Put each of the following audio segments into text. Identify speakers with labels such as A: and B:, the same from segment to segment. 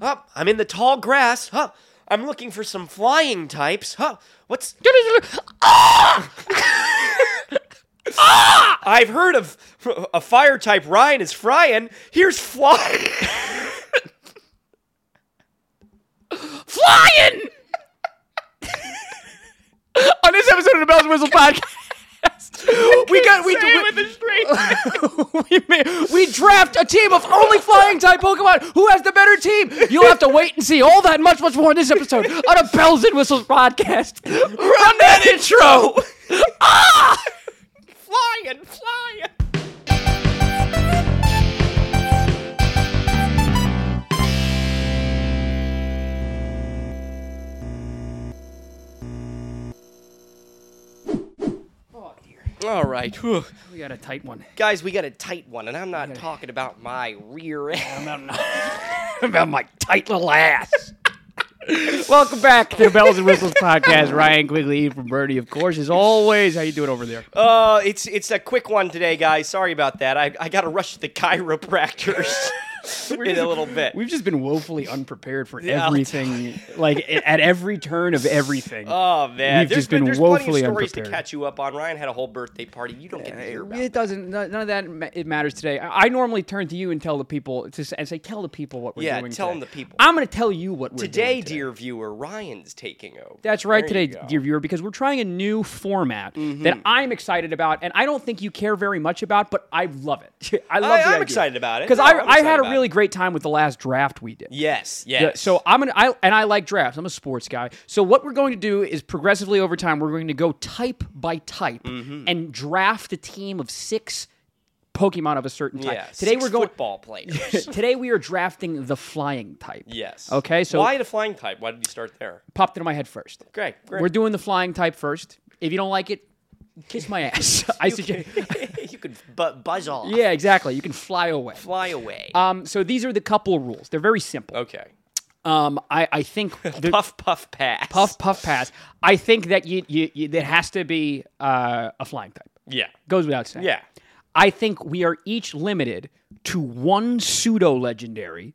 A: Up, I'm in the tall grass. Huh, I'm looking for some flying types. Huh, what's
B: Ah!
A: I've heard of a fire type Ryan is frying. Here's fly.
B: Flying! On this episode of the Bells and Whistle podcast, we got we
C: Say it with a straight
B: we, ma- we draft a team of only flying type Pokemon. Who has the better team? You'll have to wait and see all that and much, much more in this episode on a Bells and Whistles podcast. Run that intro. ah!
C: flying, flying.
A: All right, whew.
B: We got a tight one.
A: guys, we got a tight one, and I'm not talking about my rear end.
B: About my tight little ass. Welcome back to Bells and Whistles podcast. Ryan Quigley Ian from Birdie, of course, as always. How you doing over there?
A: Uh, it's it's a quick one today, guys. Sorry about that. I I got to rush to the chiropractors in a little bit.
B: We've just been woefully unprepared for
A: Yeah, I'll
B: everything, like a- at every turn of everything.
A: Oh man,
B: We've
A: there's
B: just been
A: there's
B: woefully
A: plenty of stories to
B: unprepared.
A: catch you up on. Ryan had a whole birthday party. You don't get to hear about.
B: it doesn't. no- None of that ma- it matters today. I, I normally turn to you and tell the people to s- and say, "Tell the people what we're
A: Yeah,
B: doing."
A: tell them
B: today.
A: the people.
B: I'm going to tell you what we're
A: Today,
B: doing
A: dear viewer, Ryan's taking over.
B: That's right
A: There you
B: today,
A: go. Mm-hmm.
B: dear viewer, because we're trying a new format that I'm excited about, and I don't think you care very much about, but I love it. I love
A: I-
B: the
A: I'm
B: idea.
A: excited about it.
B: because
A: No, I'm
B: I, I
A: excited
B: had a
A: about
B: really great time with the last draft we did.
A: Yes, yes.
B: Yeah, so uh, I'm gonna I and I like drafts. I'm a sports guy. So what we're going to do is progressively over time, we're going to go type by type
A: Mm-hmm.
B: and draft a team of six Pokemon of a certain type.
A: yeah.
B: Today
A: six
B: we're going
A: football players.
B: today we are drafting the flying type.
A: yes.
B: Okay, so-
A: why the flying type? Why did you start there?
B: Popped into my head first.
A: Great, great.
B: We're doing the flying type first. If you don't like it, kiss my ass. I suggest.
A: you could bu- buzz off.
B: Yeah, exactly. You can fly away.
A: Fly away.
B: Um, so these are the couple of rules. They're very simple.
A: okay.
B: Um, I, I think the
A: Puff, puff, pass.
B: puff puff pass. I think that you, you, you that has to be uh, a flying type.
A: Yeah.
B: Goes without saying.
A: Yeah.
B: I think we are each limited to one pseudo legendary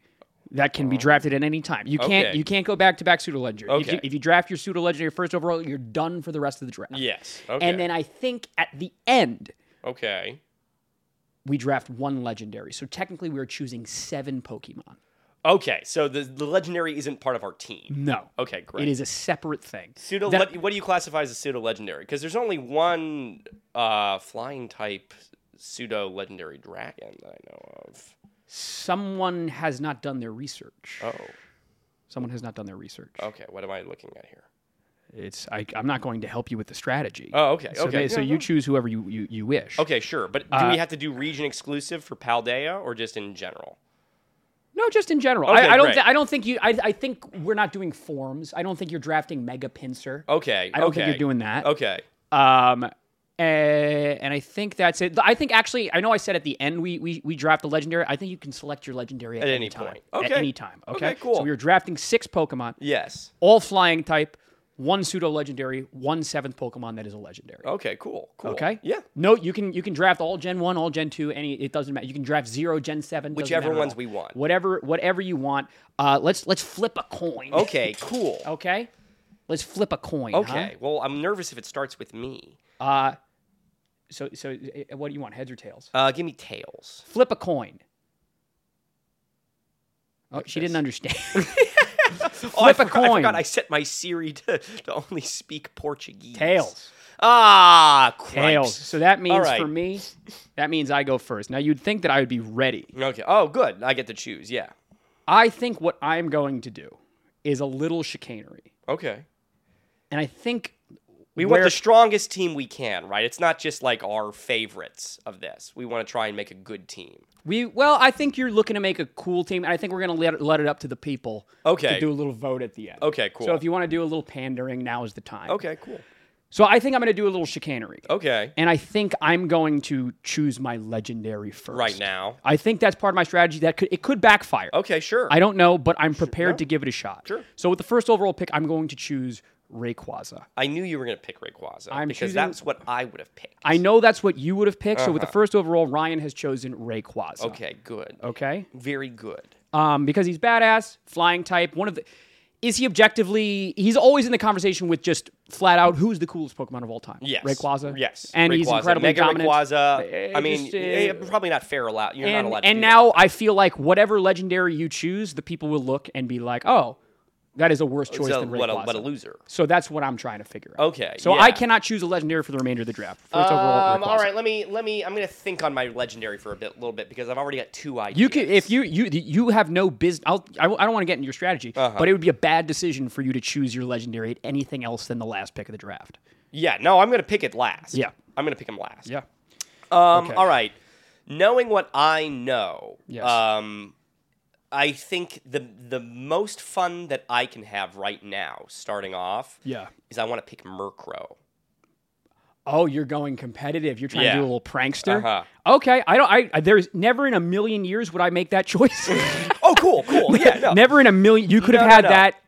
B: that can be drafted at any time. You can't
A: Oh. Okay.
B: you can't go back to back pseudo legendary. If, you,
A: Okay.
B: if you draft your pseudo legendary first overall, you're done for the rest of the draft.
A: Yes. Okay.
B: And then I think at the end
A: okay.
B: we draft one legendary. So technically we are choosing seven Pokemon.
A: Okay. So the, the legendary isn't part of our team.
B: No.
A: Okay, great.
B: Mm-hmm. It is a separate thing.
A: Pseudo.
B: That-
A: le- what do you classify as a pseudo legendary? Because there's only one uh, flying type pseudo legendary dragon that I know of.
B: Someone has not done their research.
A: Oh.
B: Someone has not done their research.
A: Okay. What am I looking at here?
B: It's I, I'm not going to help you with the strategy.
A: Oh, okay,
B: So,
A: okay.
B: they- so you choose whoever you, you, you wish.
A: Okay, sure. But do
B: Uh,
A: we have to do region exclusive for Paldea or just in general?
B: No, just in general.
A: Okay,
B: I, I don't.
A: great.
B: Th- I don't think you. I, I think we're not doing forms. I don't think you're drafting Mega Pincer.
A: Okay.
B: I
A: Oh,
B: don't
A: okay.
B: think you're doing that.
A: Okay.
B: Um, eh, and I think that's it. I think actually, I know I said at the end we we, we draft the legendary. I think you can select your legendary at,
A: At
B: any,
A: any
B: time.
A: point.
B: At
A: Okay.
B: any time. Okay.
A: Okay, cool.
B: So we are drafting six Pokemon,
A: Yes.
B: all flying type, one pseudo legendary, one seventh Pokemon that is a legendary.
A: Okay. Cool. Cool.
B: Okay.
A: Yeah.
B: No, you can you can draft all Gen One, all Gen Two, any it doesn't matter. You can draft zero Gen Seven, doesn't
A: Whichever
B: matter at
A: ones
B: all.
A: we want.
B: Whatever whatever you want. Uh, let's let's flip a coin.
A: Okay. Cool. Okay.
B: Okay. Let's flip a coin. huh?
A: Well, I'm nervous if it starts with me.
B: Uh, so so uh, what do you want? Heads or tails?
A: Uh, give me tails.
B: Flip a coin. Oh, she didn't understand.
A: Oh, I,
B: Flip a
A: forgot, I
B: coin.
A: forgot I set my Siri to, to only speak Portuguese.
B: tails.
A: Ah, cripes.
B: Tails. So that means
A: right.
B: for me, that means I go first. Now you'd think that I would be ready.
A: Okay. Oh, good. I get to choose. Yeah.
B: I think what I'm going to do is a little chicanery.
A: Okay.
B: And I think
A: We want the strongest team we can, right? It's not just like our favorites of this. We want to try and make a good team.
B: we well, I think you're looking to make a cool team, and I think we're gonna let it, let it up to the people.
A: Okay.
B: To do a little vote at the end.
A: Okay, cool.
B: So if you want to do a little pandering, now is the time.
A: Okay, cool.
B: So I think I'm gonna do a little chicanery.
A: Okay.
B: And I think I'm going to choose my legendary first.
A: Right now.
B: I think that's part of my strategy. That could it could backfire.
A: Okay, sure.
B: I don't know, but I'm prepared to give it a shot.
A: Sure.
B: So with the first overall pick, I'm going to choose Rayquaza.
A: I knew you were going to pick Rayquaza
B: I'm
A: because
B: choosing-
A: that's what I would have picked.
B: I know that's what you
A: Uh-huh.
B: would have picked. So with the first overall, Ryan has chosen Rayquaza.
A: okay, good.
B: Okay.
A: Very good.
B: um, because he's badass, flying type. One of the is he objectively? He's always in the conversation with just flat out who's the coolest Pokemon of all time.
A: Yes.
B: Rayquaza.
A: Yes.
B: and he's
A: Rayquaza.
B: incredibly
A: Mega
B: dominant.
A: Rayquaza. I mean,
B: just, uh,
A: eh, probably not fair allowed. You're not
B: and
A: allowed to
B: and
A: do
B: now I feel like whatever legendary you choose, the people will look and be like, oh, that is a worse
A: that.
B: choice
A: So
B: than Rayquaza.
A: what, a, what a loser.
B: So that's what I'm trying to figure out.
A: Okay,
B: So I
A: yeah.
B: cannot choose a legendary for the remainder of the draft. First overall,
A: Um,
B: Rayquaza.
A: all right, let me let me. I'm gonna think on my legendary for a bit, little bit, because I've already got two ideas.
B: You could, if you you you have no business. I'll, I, w- I don't want to get into your strategy,
A: Uh-huh.
B: but it would be a bad decision for you to choose your legendary at anything else than the last pick of the draft.
A: Yeah, no, I'm gonna pick it last.
B: Yeah.
A: I'm gonna pick him last.
B: Yeah.
A: Um,
B: Okay.
A: All right. Knowing what I know,
B: Yes.
A: um, I think the the most fun that I can have right now, starting off,
B: Yeah.
A: is I want to pick Murkrow.
B: Oh, you're going competitive. You're trying
A: Yeah.
B: to do a little prankster.
A: Uh-huh.
B: Okay. I don't. I I- there's never in a million years would I make that choice.
A: Oh, cool, cool. Yeah, no.
B: Never in a million. You could
A: No,
B: have
A: no,
B: had
A: no.
B: that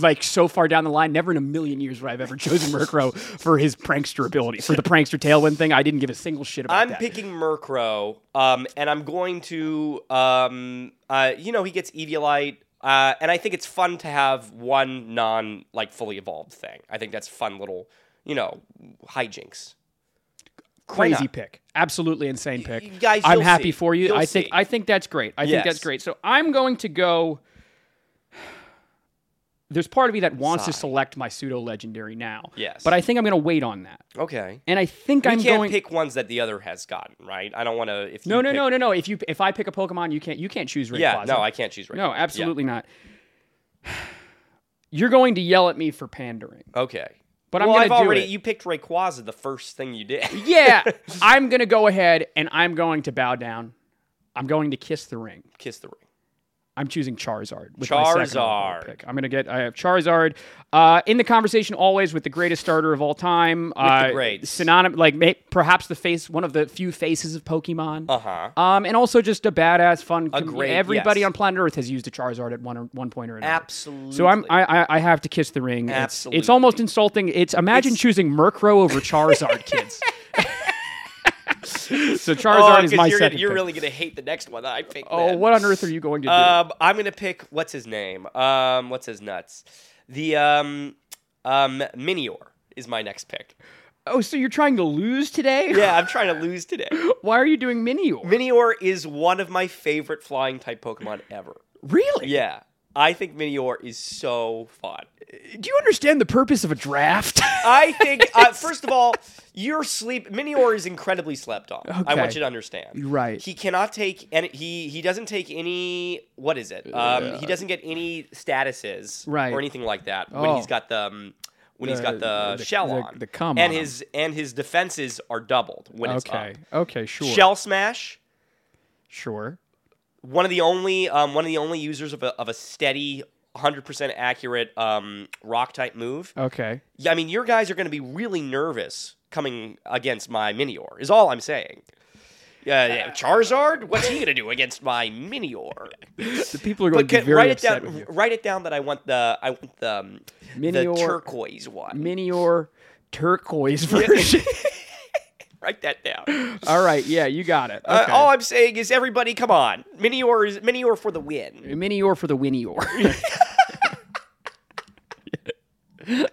B: like so far down the line. Never in a million years would I have ever chosen Murkrow for his prankster ability for the prankster tailwind thing. I didn't give a single shit about
A: I'm
B: that.
A: picking Murkrow, um, and I'm going to, um, uh, you know, he gets Eviolite, uh, and I think it's fun to have one non like fully evolved thing. I think that's fun little, you know, hijinks.
B: crazy
A: not?
B: pick absolutely insane pick
A: you guys,
B: i'm
A: you'll
B: happy
A: see.
B: for you
A: You'll
B: i think
A: see.
B: i think that's great i think that's
A: Yes.
B: great so i'm going to go there's part of me that wants to
A: Sigh.
B: select my pseudo legendary now
A: Yes.
B: but i think i'm going to wait on that
A: Okay.
B: and i think
A: You
B: i'm
A: can't
B: going
A: pick ones that the other has gotten, right? I don't want to. If
B: no
A: you
B: no
A: pick-
B: no no no if you if i pick a pokemon you can't you can't choose Rayquaza.
A: Yeah, no, I can't choose right.
B: no absolutely not you're going to yell at me for pandering
A: Okay.
B: But I'm
A: well,
B: gonna
A: I've
B: do
A: already.
B: it.
A: You picked Rayquaza the first thing you did.
B: yeah i'm going to go ahead and i'm going to bow down i'm going to kiss the ring
A: Kiss the ring.
B: I'm choosing Charizard. With my second overall
A: Charizard.
B: pick. I'm gonna get. I have Charizard uh, in the conversation always with the greatest starter of all time. With uh,
A: greats.
B: synonym, like may, perhaps the face, one of the few faces of Pokemon.
A: Uh huh.
B: Um, and also just a badass, fun. com-
A: great-
B: everybody
A: yes.
B: on planet Earth has used a Charizard at one or one point or another.
A: Absolutely.
B: So I'm. I, I I have to kiss the ring. It's- It's,
A: Absolutely.
B: almost insulting. It's imagine choosing Murkrow over Charizard, kids. so Charizard
A: Oh,
B: is
A: 'cause
B: my
A: you're, gonna-
B: second.
A: you're
B: pick.
A: really gonna hate the next one that I picked.
B: Oh,
A: then.
B: what on earth are you going to do?
A: Um, I'm gonna pick what's his name. Um, what's his nuts? The um, um, Minior is my next pick.
B: Oh, so you're trying to lose today?
A: Yeah, I'm trying to lose today.
B: Why are you doing Minior?
A: Minior is one of my favorite flying type Pokemon ever.
B: Really?
A: Yeah, I think Minior is so fun.
B: Do you understand the purpose of a draft?
A: I think uh, first of all, your sleep Minior is incredibly slept on. I
B: Okay.
A: want you to understand.
B: right.
A: He cannot take and he he doesn't take any what is it? Um, he doesn't get any statuses
B: Right.
A: or anything like that when he's
B: Oh.
A: got the um, when he's got
B: The-
A: the,
B: the-
A: shell
B: the-
A: on
B: the cum
A: and
B: on him.
A: his and his defenses are doubled when it's
B: okay. Okay. Sure.
A: up. Shell smash.
B: sure.
A: One of the only um, one of the only users of a of a steady. 100% accurate um, rock type move.
B: Okay.
A: Yeah, I mean, your guys are going to be really nervous coming against my Minior, is all I'm saying. Yeah,
B: Uh,
A: yeah. Charizard? What's he going to do against my Minior?
B: The people are going
A: But
B: to be
A: can,
B: very
A: write it
B: upset
A: down.
B: with you.
A: Write it down that I want the I want the, um, the
B: Minior-
A: turquoise one.
B: Minior turquoise version.
A: write that down.
B: All right. Yeah, you got it.
A: Uh,
B: Okay.
A: all I'm saying is, everybody, come on, Minior is Minior for the win.
B: Minior for the Winior.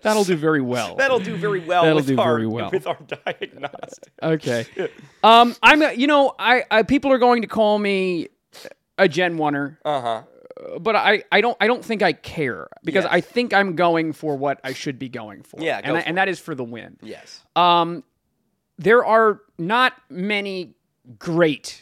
B: That'll do very well.
A: That'll do very well.
B: That'll
A: with
B: do
A: our,
B: very well.
A: with our diagnostic.
B: Okay. Um, I'm. a- You know, I, I people are going to call me a Gen Oneer.
A: Uh huh.
B: but I, I don't I don't think I care because
A: Yes.
B: I think I'm going for what I should be going for.
A: Yeah,
B: and
A: go
B: I-
A: for
B: and that is for the win.
A: Yes.
B: Um, there are not many great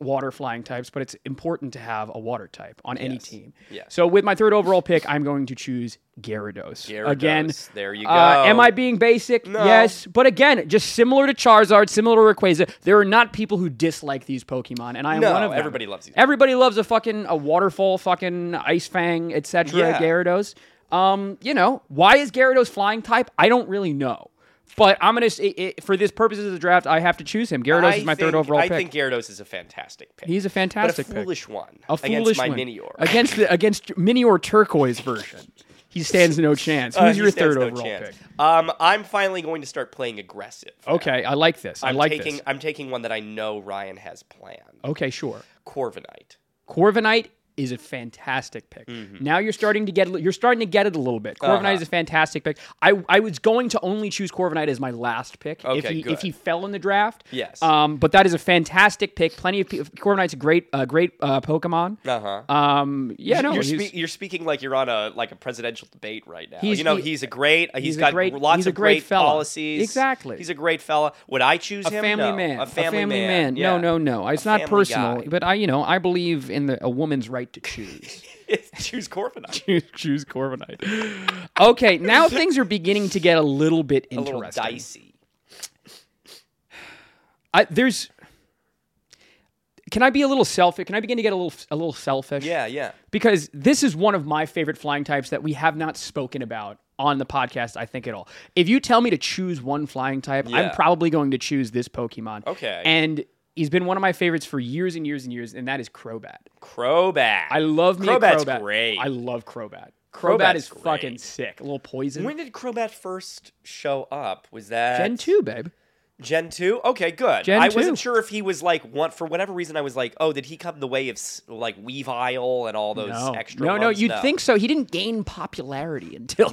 B: water flying types, but it's important to have a water type on any team.
A: Yes.
B: So with my third overall pick, I'm going to choose Gyarados. Again,
A: Gyarados. there you go.
B: uh, am I being basic?
A: No.
B: Yes, but again, just similar to Charizard, similar to Rayquaza, there are not people who dislike these Pokemon, and I am
A: No,
B: one of them.
A: everybody loves these.
B: Everybody loves a fucking a waterfall, fucking ice fang, etc.
A: Yeah.
B: Gyarados. Um, you know why is Gyarados flying type? I don't really know, but I'm gonna s- i i for this purposes of the draft, I have to choose him. Gyarados
A: I
B: is my
A: think-
B: third overall
A: I
B: pick.
A: think Gyarados is a fantastic pick.
B: He's a fantastic
A: but a
B: pick.
A: foolish one.
B: a foolish
A: against my
B: one.
A: Minior.
B: against the against Minior turquoise version. He stands no chance.
A: Uh,
B: Who's
A: he
B: your
A: stands
B: third
A: no
B: overall
A: chance.
B: pick?
A: Um, I'm finally going to start playing aggressive.
B: Okay, I like this. i
A: I'm
B: like
A: taking
B: this.
A: I'm taking one that I know Ryan has planned.
B: Okay, sure.
A: Corviknight.
B: Corviknight is a fantastic pick.
A: Mm-hmm.
B: Now you're starting to get you're starting to get it a little bit.
A: Uh-huh.
B: Corviknight is a fantastic pick. I, I was going to only choose Corviknight as my last pick if
A: Okay,
B: he
A: good.
B: if he fell in the draft.
A: Yes.
B: Um, but that is a fantastic pick. Plenty of pe- Corviknight's a great uh, great uh, Pokemon.
A: Uh-huh.
B: Um, yeah, no,
A: you're,
B: he's-
A: spe- you're speaking like you're on a like a presidential debate right now.
B: He's-
A: you know,
B: he-
A: he's a great. uh,
B: he's
A: he's
B: a
A: got
B: great-
A: gr- lots
B: he's a
A: of
B: great
A: great,
B: fella.
A: policies.
B: Exactly.
A: He's a great fella. Would I choose
B: a
A: him?
B: family
A: No.
B: man,
A: A family, man. Yeah.
B: No, no, no. It's
A: A
B: not
A: family
B: personal,
A: guy.
B: but I, you know, I believe in the a woman's right to choose.
A: choose Corviknight.
B: choose Corviknight. Okay, now things are beginning to get a little bit
A: A little
B: interesting.
A: dicey.
B: I, there's. Can I be a little selfish? Can I begin to get a little a little selfish?
A: Yeah, yeah.
B: Because this is one of my favorite flying types that we have not spoken about on the podcast, I think, at all. If you tell me to choose one flying type, I'm
A: Yeah.
B: probably going to choose this Pokemon.
A: Okay.
B: And he's been one of my favorites for years and years and years, and that is Crobat.
A: Crowbat.
B: I love me a
A: Crobat's
B: Crobat.
A: great.
B: I love Crobat. Crobat
A: Crobat's
B: is
A: great.
B: fucking sick. A little poison.
A: when did Crobat first show up? Was that
B: Gen 2, babe.
A: Gen two? Okay, good.
B: Gen
A: I
B: 2.
A: wasn't sure if he was like one for whatever reason. I was like, oh, did he come the way of s- like Weavile and all those extra?
B: no, no,
A: ones?
B: you'd think so. He didn't gain popularity until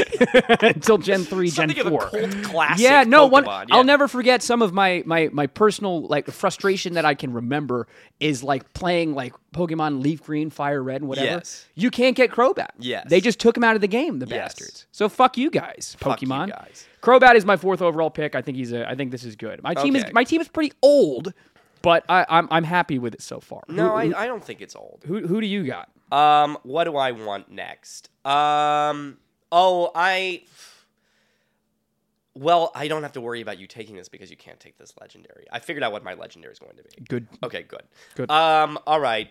B: until Gen three, Gen
A: Something of
B: four.
A: a cult classic.
B: yeah, no one.
A: Pokemon, yeah.
B: I'll never forget some of my my my personal like frustration that I can remember is like playing like Pokemon Leaf Green, Fire Red, and whatever.
A: Yes.
B: You can't get Crobat.
A: Yes.
B: they just took him out of the game, the
A: Yes.
B: bastards. So fuck you guys,
A: you
B: Pokemon.
A: guys.
B: Crobat is my fourth overall pick. I think he's a. I think this is good. My team is
A: Okay.
B: my team is pretty old, but I, I'm I'm happy with it so far.
A: No, I, I don't think it's old.
B: who, who who do you got?
A: Um, what do I want next? Um, oh, I. Well, I don't have to worry about you taking this because you can't take this legendary. I figured out what my legendary is going to be.
B: Good.
A: Okay, good.
B: Good.
A: Um, all right.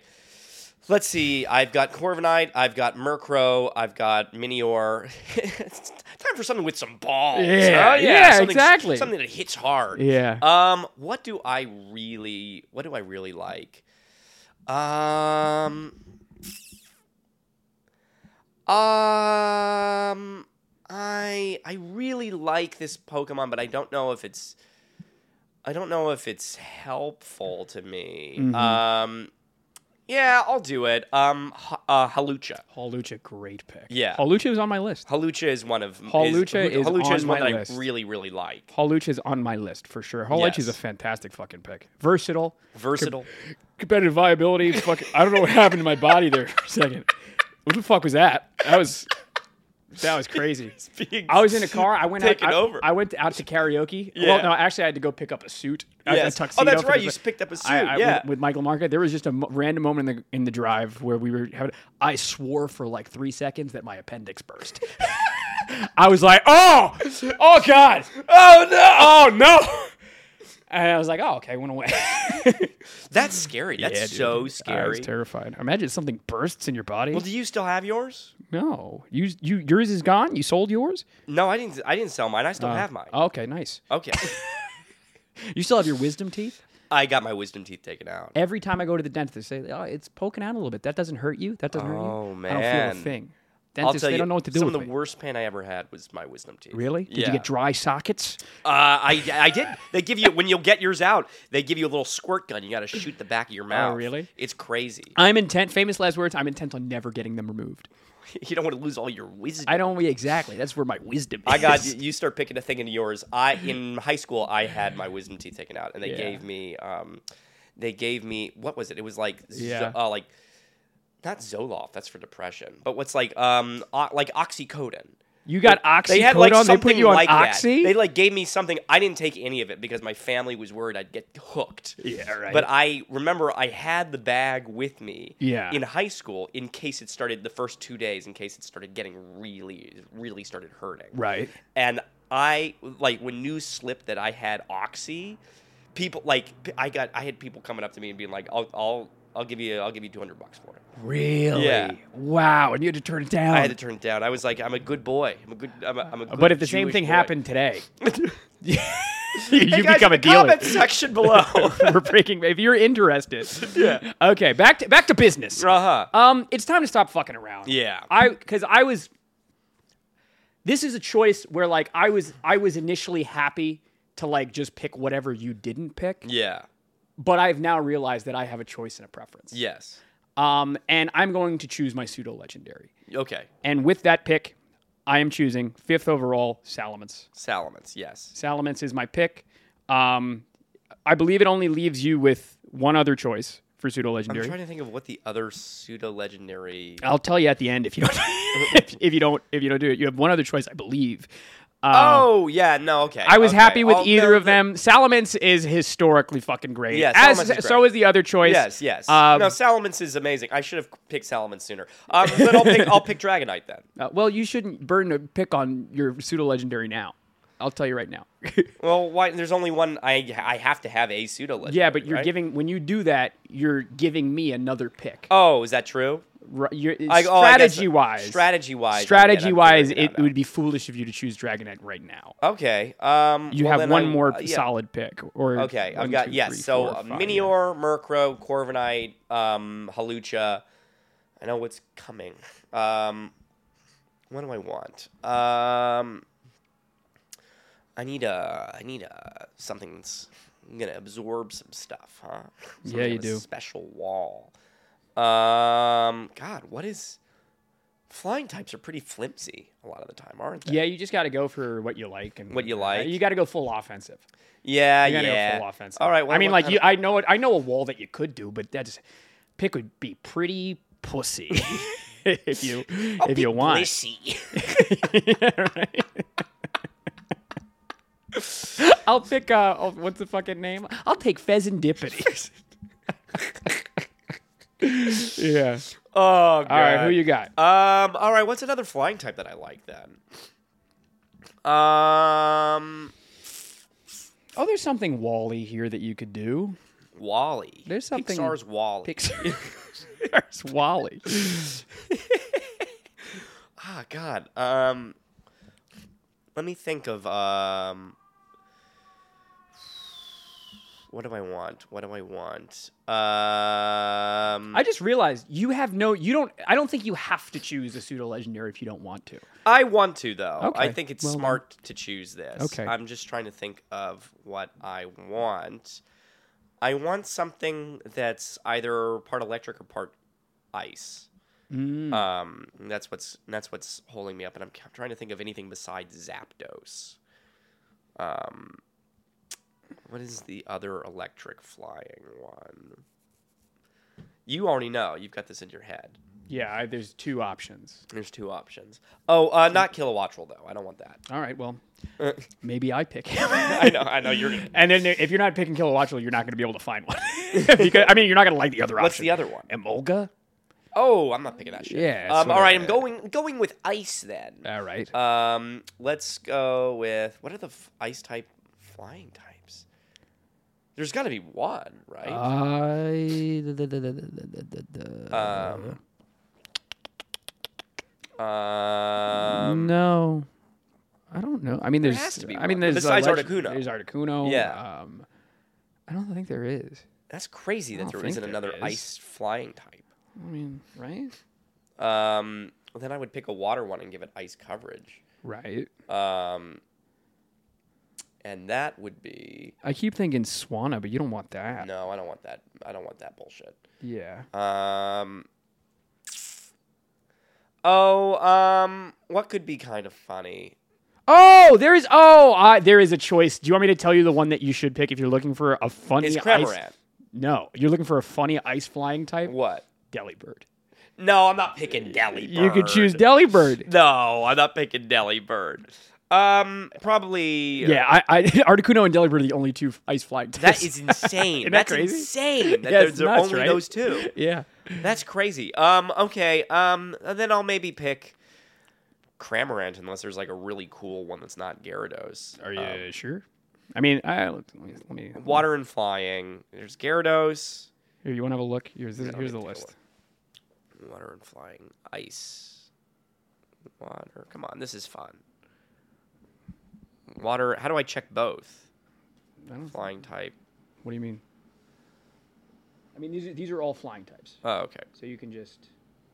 A: Let's see. I've got Corviknight. I've got Murkrow. I've got Minior. it's time for something with some balls.
B: Yeah,
A: huh?
B: yeah,
A: something-
B: exactly.
A: Something that hits hard.
B: Yeah.
A: Um, what do I really? What do I really like? Um. Um, I I really like this Pokemon, but I don't know if it's I don't know if it's helpful to me.
B: Mm-hmm.
A: Um, yeah, I'll do it. Um, H- uh, Halucha.
B: Halucha, great pick.
A: Yeah.
B: Halucha was on my list.
A: Halucha is one of is-
B: Hawlucha is
A: Hawlucha one
B: on my
A: that
B: list.
A: I really really like.
B: Halucha is on my list for sure. Halucha is
A: Yes.
B: a fantastic fucking pick. Versatile,
A: Versatile.
B: competitive viability. Fuck, I don't know what happened to my body there for a second. What the fuck was that? That was that was crazy.
A: Being
B: I was in a car. I went out.
A: Taken
B: I,
A: over.
B: I went out to karaoke.
A: Yeah.
B: Well, no, actually, I had to go pick up a suit. a-
A: Yes.
B: A
A: Oh,
B: tuxedo
A: that's
B: for
A: right,
B: the-
A: you just picked up a suit,
B: I, I,
A: yeah.
B: with, with Michael Market, there was just a mo- random moment in the in the drive where we were having. I swore for like three seconds that my appendix burst. I was like, oh, oh god, oh no, oh no. And I was like, oh, okay, it went away.
A: That's scary. That's
B: Yeah, dude.
A: so
B: I was
A: scary.
B: terrified. Imagine something bursts in your body.
A: well, do you still have yours?
B: no, you, you, yours is gone. You sold yours.
A: No, I didn't. I didn't sell mine. I still
B: Uh,
A: have mine.
B: Okay, nice.
A: Okay,
B: You still have your wisdom teeth.
A: I got my wisdom teeth taken out.
B: every time I go to the dentist, they say, "Oh, it's poking out a little bit. That doesn't hurt you. That doesn't hurt you."
A: Oh,
B: I don't feel a
A: man.
B: thing.
A: I'll
B: Dentists,
A: tell
B: they
A: you,
B: don't know what to do
A: some
B: with
A: of the
B: me.
A: worst pain I ever had was my wisdom teeth.
B: Really? Did you
A: Yeah.
B: get dry sockets?
A: Uh, I I did. They give you when you'll get yours out. They give you a little squirt gun. You got to shoot the back of your mouth.
B: Oh, really?
A: It's crazy.
B: I'm intent. Famous last words. I'm intent on never getting them removed.
A: You don't want to lose all your wisdom.
B: I don't exactly. That's where my wisdom. Is.
A: I got you. Start picking a thing into yours. I in high school I had my wisdom teeth taken out, and they
B: Yeah.
A: gave me um, they gave me what was it? It was like zo-
B: Yeah.
A: uh, like not Zoloft. That's for depression. But what's like um o- like oxycodone.
B: You got oxycodone.
A: They had like
B: they
A: something
B: put you on
A: like
B: oxy.
A: that. They like gave me something. I didn't take any of it because my family was worried I'd get hooked.
B: Yeah, right.
A: But I remember I had the bag with me.
B: Yeah.
A: In high school, in case it started the first two days, in case it started getting really, really started hurting.
B: Right.
A: And I like when news slipped that I had oxy, people like p- I got I had people coming up to me and being like, I'll I'll I'll give you I'll give you two hundred bucks for it.
B: really?
A: Yeah.
B: Wow. And you had to turn it down.
A: I had to turn it down. I was like, I'm a good boy. I'm a good. I'm a, I'm a good
B: but if the same
A: Jewish
B: thing
A: boy."
B: happened today, you
A: Hey, guys,
B: become
A: in the
B: a dealer.
A: Comment section below.
B: We're breaking. If you're interested, yeah. Okay, back to back to business.
A: Uh-huh.
B: Um, it's time to stop fucking around.
A: Yeah.
B: I because I was. This is a choice where like I was I was initially happy to like just pick whatever you didn't pick,
A: yeah.
B: but I've now realized that I have a choice and a preference.
A: Yes.
B: Um, and I'm going to choose my pseudo legendary.
A: Okay.
B: And with that pick, I am choosing fifth overall, Salamence.
A: Salamence, yes.
B: Salamence is my pick. Um, I believe it only leaves you with one other choice for pseudo
A: I'm
B: legendary.
A: trying to think of what the other pseudo legendary.
B: I'll tell you at the end if you don't if, if you don't if you don't do it. You have one other choice, I believe. Um,
A: Oh yeah, no, okay.
B: I was
A: okay.
B: happy with
A: Oh,
B: either
A: no,
B: of them. Salamence is historically fucking great.
A: Yeah,
B: As,
A: Salamence is
B: so
A: great.
B: is the other choice.
A: Yes, yes.
B: Um,
A: no, Salamence is amazing. I should have picked Salamence sooner. Um, but I'll pick, I'll pick Dragonite then.
B: uh, well, you shouldn't burn a pick on your pseudo legendary now. I'll tell you right now.
A: Well, why? There's only one. I I have to have a pseudo legendary.
B: yeah, but you're
A: right?
B: giving when you do that, you're giving me another pick.
A: Oh, is that true?
B: Ri- you're-
A: I- oh, I guess-
B: strategy wise,
A: Strategy wise.
B: strategy wise, it would be foolish of you to choose Dragonite right now.
A: Okay. Um,
B: You
A: well,
B: have
A: then
B: one
A: I-
B: more
A: uh, yeah.
B: solid pick, or
A: Okay, I've
B: one,
A: got
B: two,
A: yes.
B: three,
A: so
B: four,
A: uh,
B: five,
A: Meteor, Murkrow, Corviknight, um, Halucha. I know what's coming. Um, what do I want? Um, I need a. I need a something that's gonna absorb some stuff, huh? Something
B: Yeah, you
A: with a
B: do.
A: Special wall. Um, God, what is? Flying types are pretty flimsy a lot of the time, aren't they?
B: Yeah, you just got to go for what you like and
A: What you like.
B: You got to go full offensive.
A: yeah,
B: You got to
A: yeah.
B: go full offensive.
A: All right. Well,
B: I mean,
A: what
B: like
A: kind
B: you,
A: of-
B: I know it. I know a wall that you could do, but that's pick would be pretty pussy if you if you want.
A: Blissy.
B: Right? I'll pick. Uh, oh, what's the fucking name? I'll take Pheasantipity. yeah.
A: Oh, God.
B: All right. Who you got?
A: Um. All right. What's another flying type that I like then? Um.
B: Oh, there's something Wally here that you could do.
A: Wally.
B: There's something-
A: Pixar's Wally.
B: Pixar. There's Wally.
A: ah, God. Um. Let me think of um. What do I want? What do I want? Um.
B: I just realized you have no, you don't, I don't think you have to choose a pseudo legendary if you don't want to.
A: I want to though. I
B: Okay,
A: think it's
B: well then.
A: smart to choose this.
B: Okay.
A: I'm just trying to think of what I want. I want something that's either part electric or part ice.
B: Hmm. Uh,
A: Um, that's what's that's what's holding me up, and I'm c- trying to think of anything besides Zapdos. Um, what is the other electric flying one? You already know. You've got this in your head.
B: Yeah, I, there's two options.
A: There's two options. Oh, uh, not Kilowattrel though. I don't want that.
B: All right, well,
A: Uh.
B: maybe I pick him.
A: I know, I know. You're. Gonna...
B: and then if you're not picking Kilowattrel, you're not going to be able to find one. because, I mean, you're not going to like the other
A: What's
B: option.
A: the other one?
B: Emolga?
A: Oh, I'm not picking that shit.
B: Yeah, it's
A: Um, all right, I'm
B: whatever.
A: going going with ice then.
B: All right.
A: Um, let's go with what are the f- ice type flying types? There's got to be one, right?
B: I. The, the, the, the, the, the, the,
A: um,
B: no. I don't know. I mean, there's.
A: has to be
B: I mean,
A: one.
B: there's.
A: Besides
B: a leg-
A: Articuno.
B: There's Articuno.
A: Yeah.
B: Um, I don't think there is.
A: that's crazy that
B: don't
A: there
B: think
A: isn't
B: there
A: another
B: is.
A: ice flying type.
B: I mean, right?
A: Um, well, then I would pick a water one and give it ice coverage.
B: Right.
A: Um, and that would be
B: I keep thinking Swana, but you don't want that.
A: no, I don't want that. I don't want that bullshit.
B: Yeah.
A: Um. Oh, um, what could be kind of funny?
B: Oh, there is. Oh, I, there is a choice. Do you want me to tell you the one that you should pick if you're looking for a funny?
A: Is
B: Ice,
A: Cramorant.
B: no, you're looking for a funny ice flying type.
A: What?
B: Delibird.
A: No, I'm not picking Delibird.
B: You could choose Delibird.
A: No, I'm not picking Delibird. Um, probably.
B: Yeah, I, I Articuno and Delibird are the only two f- ice flying types.
A: That is insane.
B: Isn't that
A: That's
B: crazy?
A: insane. That
B: Yeah,
A: there's
B: it's nuts,
A: only
B: right?
A: those two.
B: yeah.
A: That's crazy. Um, okay. Um, then I'll maybe pick Cramorant unless there's like a really cool one that's not Gyarados.
B: Are
A: Um,
B: you sure? I mean, I, let me. Let me
A: Water and flying. There's Gyarados.
B: here, you want to have a look? Here's,
A: let
B: here's
A: me take
B: the
A: a
B: list.
A: look. Water and flying. Ice. Water. Come on, this is fun. Water. How do I check both?
B: I don't-
A: Flying type.
B: what do you mean? I mean, these are, these are all flying types,
A: Oh, okay.
B: so you can just.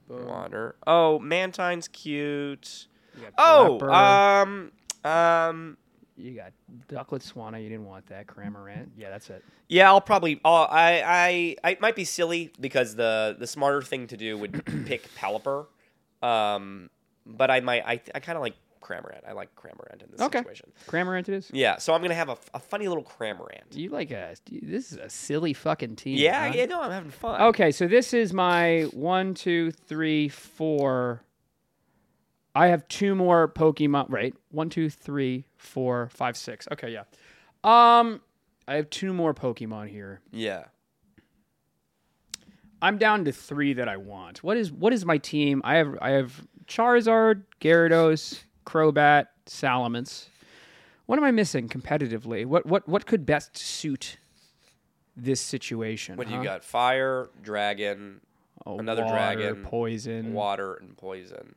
A: Water. Oh, Mantine's cute.
B: You got
A: Oh,
B: Dlepper.
A: um, um,
B: You got Ducklet Swana. You didn't want that. Cramorant. Yeah, that's it.
A: Yeah, I'll probably. I'll, I I I it might be silly because the the smarter thing to do would pick Pelipper, um, but I might. I I kind of like Cramorant. I like Cramorant in this
B: Okay.
A: situation.
B: Cramorant it is.
A: Yeah, so I'm gonna have a, f- a funny little Cramorant.
B: You like a. This is a silly fucking team.
A: Yeah,
B: huh? Oh,
A: yeah, no, I'm having fun.
B: Okay, so this is my one, two, three, four. I have two more Pokemon. Right, one, two, three, four, five, six. Okay, yeah. Um, I have two more Pokemon here.
A: Yeah.
B: I'm down to three that I want. What is what is my team? I have I have Charizard, Gyarados, Crobat, Salamence. What am I missing competitively? What what what could best suit this situation?
A: What do
B: huh?
A: you got? Fire, dragon,
B: Oh,
A: Another
B: water,
A: dragon.
B: poison.
A: water, and poison.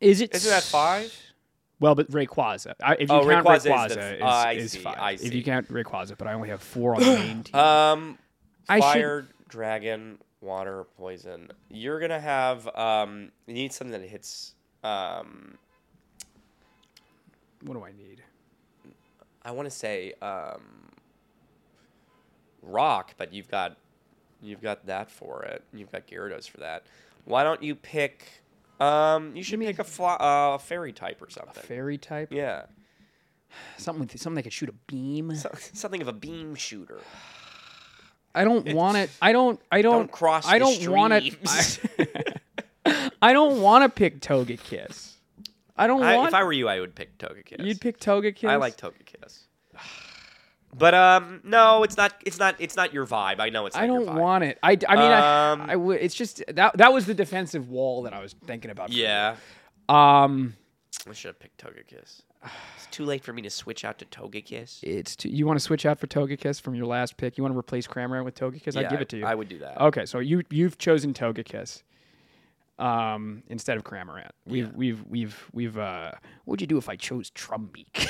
B: Is it?
A: Isn't that five?
B: Well, but Rayquaza. I, if you
A: Oh,
B: count
A: Rayquaza is the-
B: Rayquaza, is,
A: oh, I
B: is
A: see,
B: five.
A: I
B: If
A: see.
B: you count Rayquaza, but I only have four on the main team.
A: Um,
B: I should-
A: fire, dragon, water, poison. You're gonna have um. You need something that hits. Um,
B: what do I need?
A: I want to say um. Rock, but you've got, you've got that for it. You've got Gyarados for that. Why don't you pick? Um, you should
B: me a-
A: pick a fly, uh, a fairy type or something.
B: Fairy type.
A: yeah,
B: Something with something that could shoot a beam.
A: so, something of a beam shooter.
B: I don't want it. I don't. I don't.
A: Don't cross
B: I
A: the
B: don't want it. I, I don't want to pick Togekiss. I don't
A: I,
B: want.
A: if I were you, I would pick Togekiss.
B: you'd pick Togekiss.
A: I like Togekiss. But um, no, it's not. It's not. It's not your vibe. I know it's. Not
B: I don't
A: your vibe.
B: want it. I, I mean, I
A: Um,
B: I would. It's just that that was the defensive wall that I was thinking about. for me.
A: Yeah,
B: Um.
A: I should have picked Togekiss. It's too late for me to switch out to Togekiss.
B: it's too, you want to switch out for Togekiss from your last pick. You want to replace Cramorant with Togekiss. I'd
A: Yeah,
B: give it to you.
A: I would do that.
B: Okay, so you you've chosen Togekiss um, instead of Cramorant. We've we've we've we've. Uh, what'd you do if I chose Trumbeak?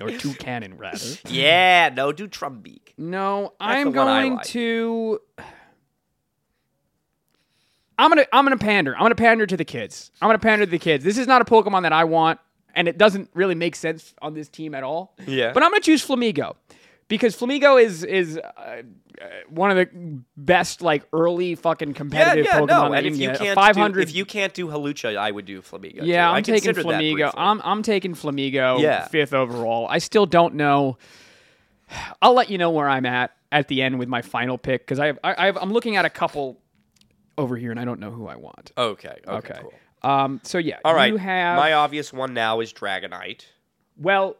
B: or two cannon rather.
A: Yeah, no, do Trumbeak.
B: No,
A: the
B: I'm
A: one I
B: going
A: like.
B: to. I'm gonna I'm gonna pander. I'm gonna pander to the kids. I'm gonna pander to the kids. This is not a Pokemon that I want, and it doesn't really make sense on this team at all.
A: Yeah.
B: But I'm gonna choose Flamigo because Flamigo is is uh, uh, one of the best like early fucking
A: Yeah,
B: competitive
A: yeah,
B: Pokemon.
A: no.
B: that
A: And if
B: can
A: you
B: get. A
A: can't,
B: 500.
A: do, if you can't do Halucha, I would do Flamigo.
B: yeah,
A: too.
B: I'm
A: I
B: taking
A: considered that
B: Flamigo.
A: briefly.
B: I'm I'm taking Flamigo
A: Yeah.
B: fifth overall. I still don't know. I'll let you know where I'm at at the end with my final pick because I have, I I have, I'm looking at a couple over here and I don't know who I want.
A: okay. Okay.
B: Okay.
A: Cool.
B: Um. So yeah.
A: All right.
B: You have
A: my uh, obvious one now is Dragonite.
B: well.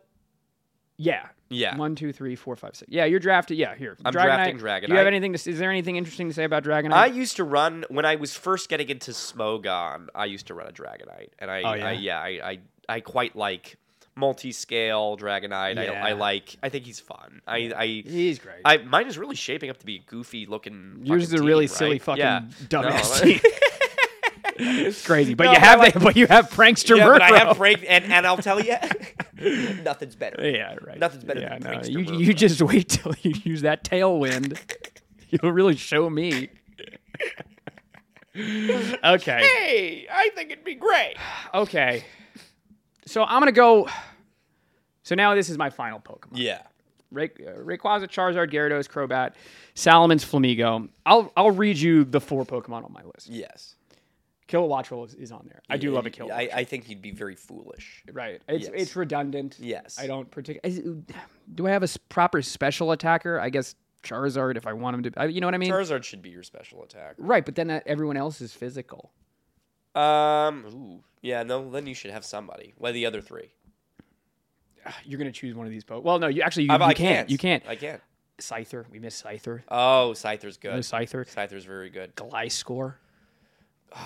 B: Yeah.
A: Yeah.
B: One, two, three, four, five, six. Yeah, you're drafted. Yeah, here.
A: I'm
B: Dragonite.
A: drafting
B: Do you
A: Dragonite.
B: have anything? To, s- is there anything interesting to say about Dragonite?
A: I used to run when I was first getting into Smogon. I used to run a Dragonite, and I,
B: Oh, yeah?
A: I yeah, I, I, I quite like multi-scale Dragonite.
B: Yeah.
A: I, I like. I think he's fun. I, I,
B: He's great.
A: I mine is really shaping up to be a goofy looking.
B: Yours is a
A: fucking
B: really
A: team,
B: silly
A: right?
B: fucking
A: yeah.
B: dumbass
A: No,
B: team. it's crazy, but
A: No,
B: you
A: but I
B: have
A: like-
B: that, but you have prankster
A: yeah, but I
B: Murkrow.
A: have break, and and I'll tell you, nothing's better.
B: Yeah, right.
A: Nothing's better
B: Yeah,
A: than
B: no,
A: prankster
B: you,
A: Murkrow.
B: you just wait till you use that tailwind. You'll really show me. okay.
C: Hey, I think it'd be great.
B: Okay. So I'm gonna go. So now this is my final Pokemon.
A: Yeah.
B: Ray, uh, Rayquaza, Charizard, Gyarados, Crobat, Salamence, Flamigo. I'll I'll read you the four Pokemon on my list.
A: Yes.
B: Kilowattrel is, is on there. I do love a Kilowattrel.
A: I, I think he'd be very foolish.
B: Right. It's
A: Yes.
B: it's redundant.
A: Yes.
B: I don't particularly. Do I have a s- proper special attacker? I guess Charizard if I want him to. I, you know what I mean?
A: Charizard should be your special attack.
B: right, but then that, everyone else is physical.
A: Um. Ooh. Yeah. No. Then you should have somebody. Well, the other three.
B: You're gonna choose one of these Pokemon. Well, no, you actually you,
A: I,
B: you
A: I
B: can't. You can't.
A: I can't.
B: Scyther. We miss Scyther.
A: Oh, Scyther's
B: No
A: good.
B: Scyther.
A: Scyther's very good.
B: Gliscor.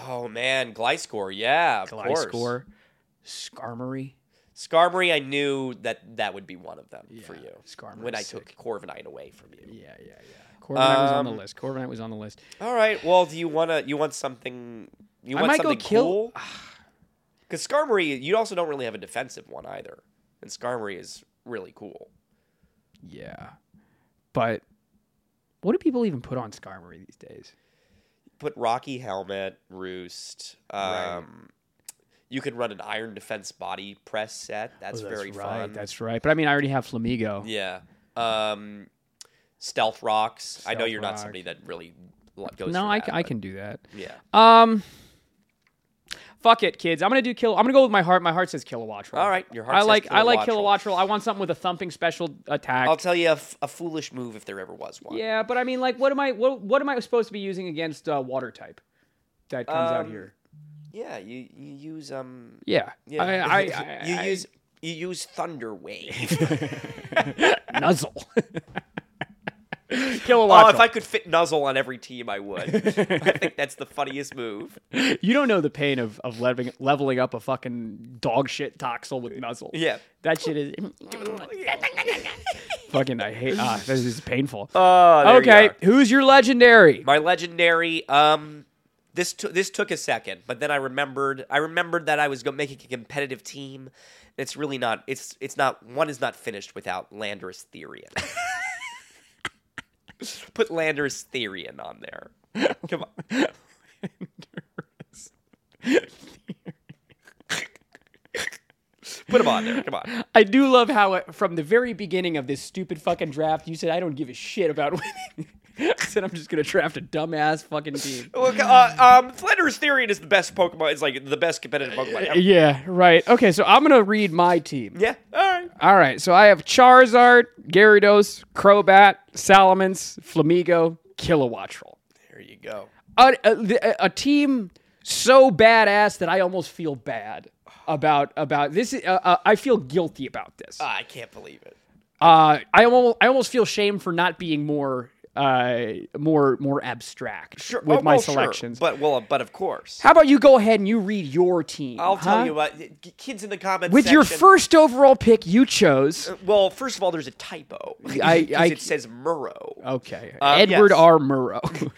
A: Oh man, Gliscor. Yeah, of course.
B: Gliscor. Skarmory.
A: Skarmory. I knew that that would be one of them for
B: Yeah,
A: you.
B: Skarmory's
A: When I
B: sick.
A: took Corviknight away from you.
B: Yeah, yeah, yeah. Corviknight was on the
A: Um,
B: list. Corviknight was on the list.
A: All right. Well, do you wanna? You want something? You
B: I
A: want
B: might go
A: something
B: kill- Ah.
A: cool? Because Skarmory, you also don't really have a defensive one either, and Skarmory is really cool.
B: Yeah, but what do people even put on Skarmory these days?
A: put Rocky Helmet, Roost. Um, You could run an Iron Defense body press set. That's,
B: Oh, That's
A: very
B: right.
A: fun.
B: That's right. But I mean, I already have Flamigo.
A: yeah. Um, stealth rocks. I know
B: Stealth
A: you're not
B: rock.
A: somebody that really lo- goes.
B: no,
A: for
B: I,
A: that,
B: I
A: but
B: can do that.
A: Yeah.
B: Um, fuck it, kids. I'm gonna do kill. I'm gonna go with my heart. My heart says kilowattrol.
A: All right, your heart
B: I
A: says
B: like. I like
A: kilowattrol.
B: kilowattrol. I want something with a thumping special attack.
A: I'll tell you a, f- a foolish move if there ever was one.
B: yeah, but I mean, like, what am I? What, what am I supposed to be using against uh, water type? That comes out
A: Um,
B: here.
A: Yeah. You you use um.
B: Yeah.
A: Yeah.
B: I, I, I,
A: you
B: I-
A: use you use Thunder Wave.
B: nuzzle.
A: oh,
B: kilowattrol.
A: if I could fit Nuzzle on every team, I would. I think that's the funniest move.
B: you don't know the pain of of leveling leveling up a fucking dog shit toxel with nuzzle.
A: Yeah.
B: That shit is fucking. I hate. Ah, this is painful.
A: Oh,
B: okay, who's your legendary?
A: My legendary. Um, this t- this took a second, but then I remembered. I remembered that I was go- making a competitive team. It's really not. It's it's not. One is not finished without Landorus Therian. Put Landorus Therian on there. Come on. Put him on there. Come on.
B: I do love how it, from the very beginning of this stupid fucking draft, you said I don't give a shit about winning. I said I'm just gonna draft a dumbass fucking team.
A: Look, uh, um, Flanders Therian is the best Pokemon. It's like the best competitive Pokemon ever.
B: Yeah, right. Okay, so I'm gonna read my team.
A: Yeah, all right.
B: All right, so I have Charizard, Gyarados, Crobat, Salamence, Flamigo, Kilowattrol.
A: There you go.
B: a, a, the- a team so badass that I almost feel bad about about this. Uh, uh, I feel guilty about this. Uh,
A: Ah, I can't believe it.
B: I almost I almost feel shame for not being more uh more more abstract
A: Sure,
B: with
A: oh,
B: my
A: well, sure,
B: selections.
A: but well, uh, but of course.
B: How about you go ahead and you read your team?
A: I'll
B: huh?
A: tell you what. g- Kids in the comments
B: With your
A: section- uh,
B: first overall pick, you chose.
A: Well, first of all, there's a typo.
B: I-
A: 'Cause
B: I-
A: it says Murrow.
B: Okay,
A: Uh,
B: Edward
A: yes.
B: R. Murrow.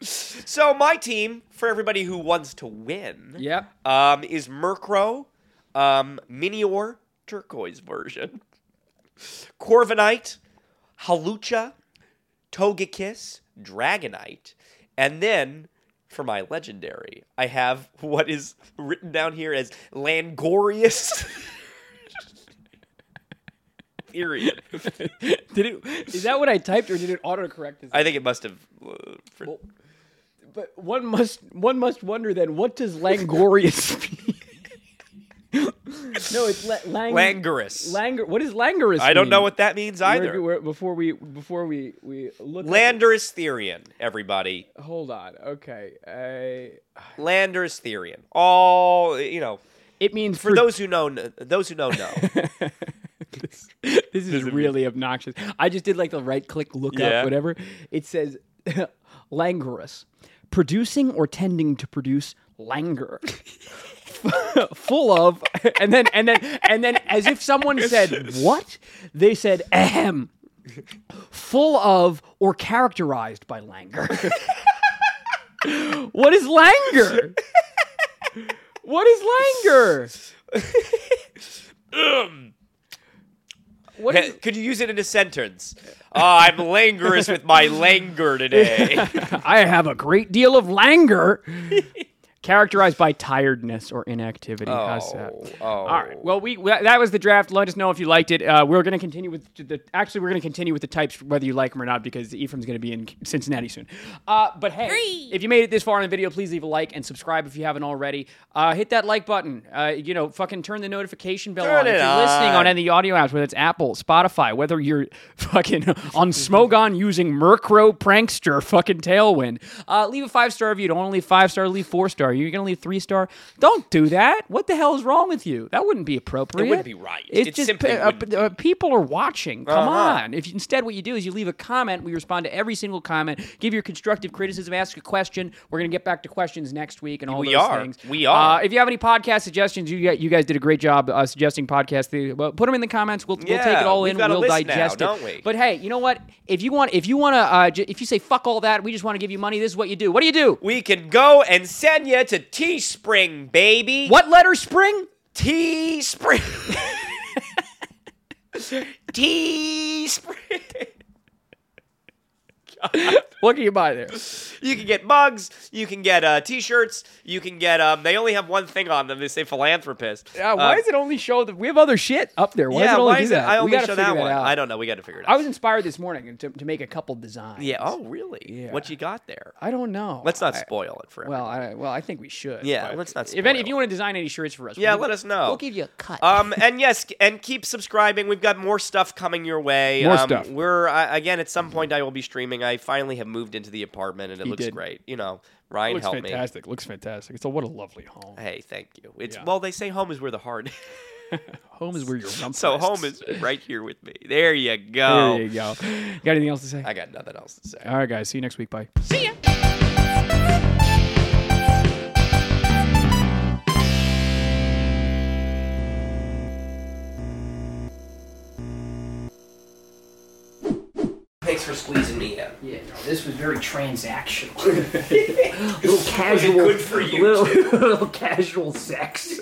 A: So my team, for everybody who wants to win,
B: Yeah.
A: um, is Murkrow, um, Minior, turquoise version, Corviknight, Halucha, Togekiss, Dragonite, and then for my legendary, I have what is written down here as Langorious. Period.
B: did it? Is that what I typed, or did it autocorrect? This
A: I think it must have. Uh, for-
B: But one must one must wonder then what does langorious mean? no, it's la- lang-
A: Langorous.
B: Langor. What is langorous?
A: I don't know
B: mean?
A: what that means
B: We're-
A: either.
B: we're- before we before we we look up-
A: Landorus Therian, everybody.
B: hold on. Okay, I
A: Landorus Therian. All you know.
B: it means
A: For those who know, kn- those who know know.
B: this, this is really obnoxious. I just did like the right click, look
A: Yeah.
B: up, whatever. It says langorous, producing or tending to produce languor. Full of, and then and then and then, as if someone said what they said, ahem, full of or characterized by languor. what is languor? What is languor? Um. What is,
A: Could you use it in a sentence? Oh, I'm languorous with my languor today.
B: I have a great deal of languor, characterized by tiredness or inactivity. How's that?
A: Oh, oh.
B: All right. Well, we wha- that was the draft. Let us know if you liked it. Uh, we're going to continue with the actually we're going to continue with the types whether you like them or not because Ephraim's going to be in Cincinnati soon. Uh, but hey, if you made it this far in the video, please leave a like and subscribe if you haven't already. Uh, hit that like button. Uh, you know, fucking turn the notification bell
A: Turn
B: on if
A: it
B: you're listening
A: on.
B: on any audio apps, whether it's Apple, Spotify, whether you're fucking on Smogon using Murkrow Prankster fucking Tailwind. Uh, leave a five star review. Don't want to leave five star, leave four star. You're going to leave three star. Don't do that. What the hell is wrong with you? That wouldn't be appropriate.
A: wouldn't be right.
B: It's
A: It
B: just
A: simply
B: p- uh,
A: wouldn't
B: p- uh, people are watching. Come
A: Uh-huh.
B: on. If you, instead what you do is you leave a comment, we respond to every single comment, give your constructive criticism, ask a question. We're going to get back to questions next week and all
A: We
B: those
A: are.
B: things.
A: We are.
B: Uh, if you have any podcast suggestions, you got- you guys did a great job uh, suggesting podcasts. They- Well, put them in the comments. We'll, we'll take
A: Yeah,
B: it all
A: we've
B: in.
A: got a
B: We'll
A: list now,
B: digest it.
A: don't we?
B: But hey, you know what? If you want, if you want to, uh, j- if you say fuck all that, we just want to give you money. This is what you do. What do you do?
A: we can go and send you to Teespring, baby.
B: What letter spring?
A: Teespring? Teespring.
B: What can you buy there?
A: You can get mugs. You can get uh, t-shirts. You can get. Um, they only have one thing on them. They say philanthropist.
B: Yeah, why
A: Uh,
B: does it only show that we have other shit up there? Why
A: yeah,
B: does it only
A: why
B: do
A: is
B: that?
A: I
B: we
A: only
B: gotta
A: show
B: figure
A: that one.
B: out.
A: I don't know. We got to figure it out.
B: I was inspired this morning to, to make a couple designs.
A: yeah. Oh, really?
B: Yeah.
A: What you got there?
B: I don't know.
A: Let's not
B: I-
A: spoil it for everyone.
B: well, I, well, I think we should.
A: Yeah,
B: but
A: let's not
B: If any, if
A: spoil.
B: you want to design any shirts for us,
A: Yeah,
B: we'll
A: let
B: give-
A: us know.
B: We'll give you a cut.
A: Um, and yes, and keep subscribing. We've got more stuff coming your way.
B: More
A: um,
B: stuff.
A: We're uh, again at some point I will be streaming. I finally have moved into the apartment and it
B: He
A: looks
B: did.
A: great. You know, Ryan
B: looks
A: helped
B: fantastic. Looks fantastic. It's a, what a lovely home.
A: me. Hey, thank you. It's
B: Yeah.
A: well, they say home is where the heart. is.
B: Home is where your rump.
A: so
B: rests.
A: home is right here with me. There you go.
B: There you go. Got anything else to say?
A: I got nothing else to say.
B: All right, guys. See you next week. Bye.
A: Thanks for squeezing me in.
D: Yeah, no, this was very transactional. little casual,
A: Good for you,
D: little, little casual sex.